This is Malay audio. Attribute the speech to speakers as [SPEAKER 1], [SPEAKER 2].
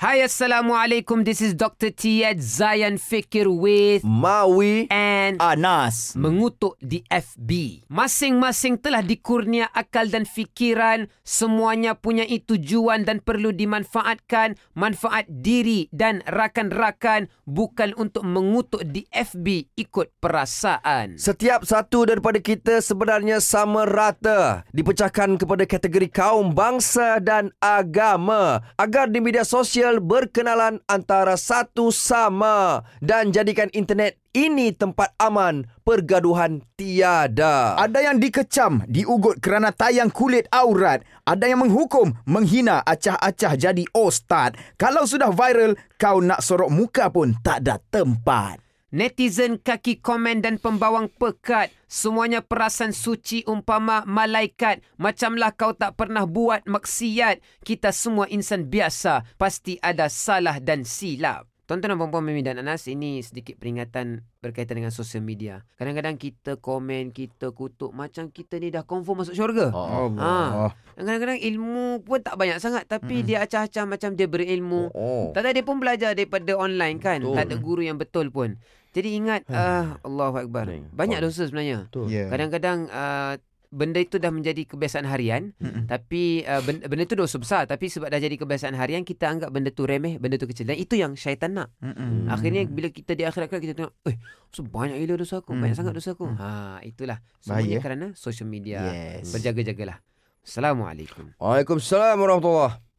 [SPEAKER 1] Hi, Assalamu alaikum. This is Dr. T at Zayan Fikir with
[SPEAKER 2] Mawi
[SPEAKER 1] and
[SPEAKER 2] Anas.
[SPEAKER 1] mengutuk di FB. Masing-masing telah dikurnia akal dan fikiran, semuanya punya tujuan dan perlu dimanfaatkan, manfaat diri dan rakan-rakan bukan untuk mengutuk di FB ikut perasaan.
[SPEAKER 2] Setiap satu daripada kita sebenarnya sama rata. Dipecahkan kepada kategori kaum, bangsa dan agama. Agar di media sosial berkenalan antara satu sama. Dan jadikan internet ini tempat aman, pergaduhan tiada.
[SPEAKER 3] Ada yang dikecam, diugut kerana tayang kulit aurat. Ada yang menghukum, menghina, acah-acah jadi ustaz. Kalau sudah viral, kau nak sorok muka pun tak ada tempat.
[SPEAKER 1] Netizen kaki komen dan pembawang pekat. Semuanya perasan suci umpama malaikat. Macamlah kau tak pernah buat maksiat. Kita semua insan biasa. Pasti ada salah dan silap. Tuan-tuan dan puan-puan Mimi dan Anas, ini sedikit peringatan berkaitan dengan sosial media. Kadang-kadang kita komen, kita kutuk macam kita ni dah confirm masuk syurga.
[SPEAKER 2] Oh.
[SPEAKER 3] Oh.
[SPEAKER 1] Allah. Dan Kadang-kadang ilmu pun tak banyak sangat tapi mm. dia acah-acah macam dia berilmu.
[SPEAKER 2] Oh.
[SPEAKER 1] Tak ada dia pun belajar daripada online kan.
[SPEAKER 2] Betul.
[SPEAKER 1] Betul. Tak ada guru yang betul pun. Jadi ingat ah Allahu akbar.
[SPEAKER 2] Ni,
[SPEAKER 1] Banyak
[SPEAKER 2] Allah.
[SPEAKER 1] dosa sebenarnya.
[SPEAKER 3] Yeah.
[SPEAKER 1] Kadang-kadang ah, benda itu dah menjadi kebiasaan harian
[SPEAKER 3] Mm-mm.
[SPEAKER 1] tapi ah, benda, benda itu dosa besar tapi sebab dah jadi kebiasaan harian kita anggap benda tu remeh, benda tu kecil dan itu yang syaitan nak.
[SPEAKER 3] Mm-mm.
[SPEAKER 1] Akhirnya bila kita di akhirat kita tengok, eh so banyak gila dosa aku, banyak
[SPEAKER 3] Mm.
[SPEAKER 1] sangat dosa aku.
[SPEAKER 3] Mm.
[SPEAKER 1] Ha itulah semuanya
[SPEAKER 3] Bahaya.
[SPEAKER 1] kerana social media.
[SPEAKER 3] Yes.
[SPEAKER 1] Berjaga-jagalah. Assalamualaikum.
[SPEAKER 2] Waalaikumsalam warahmatullahi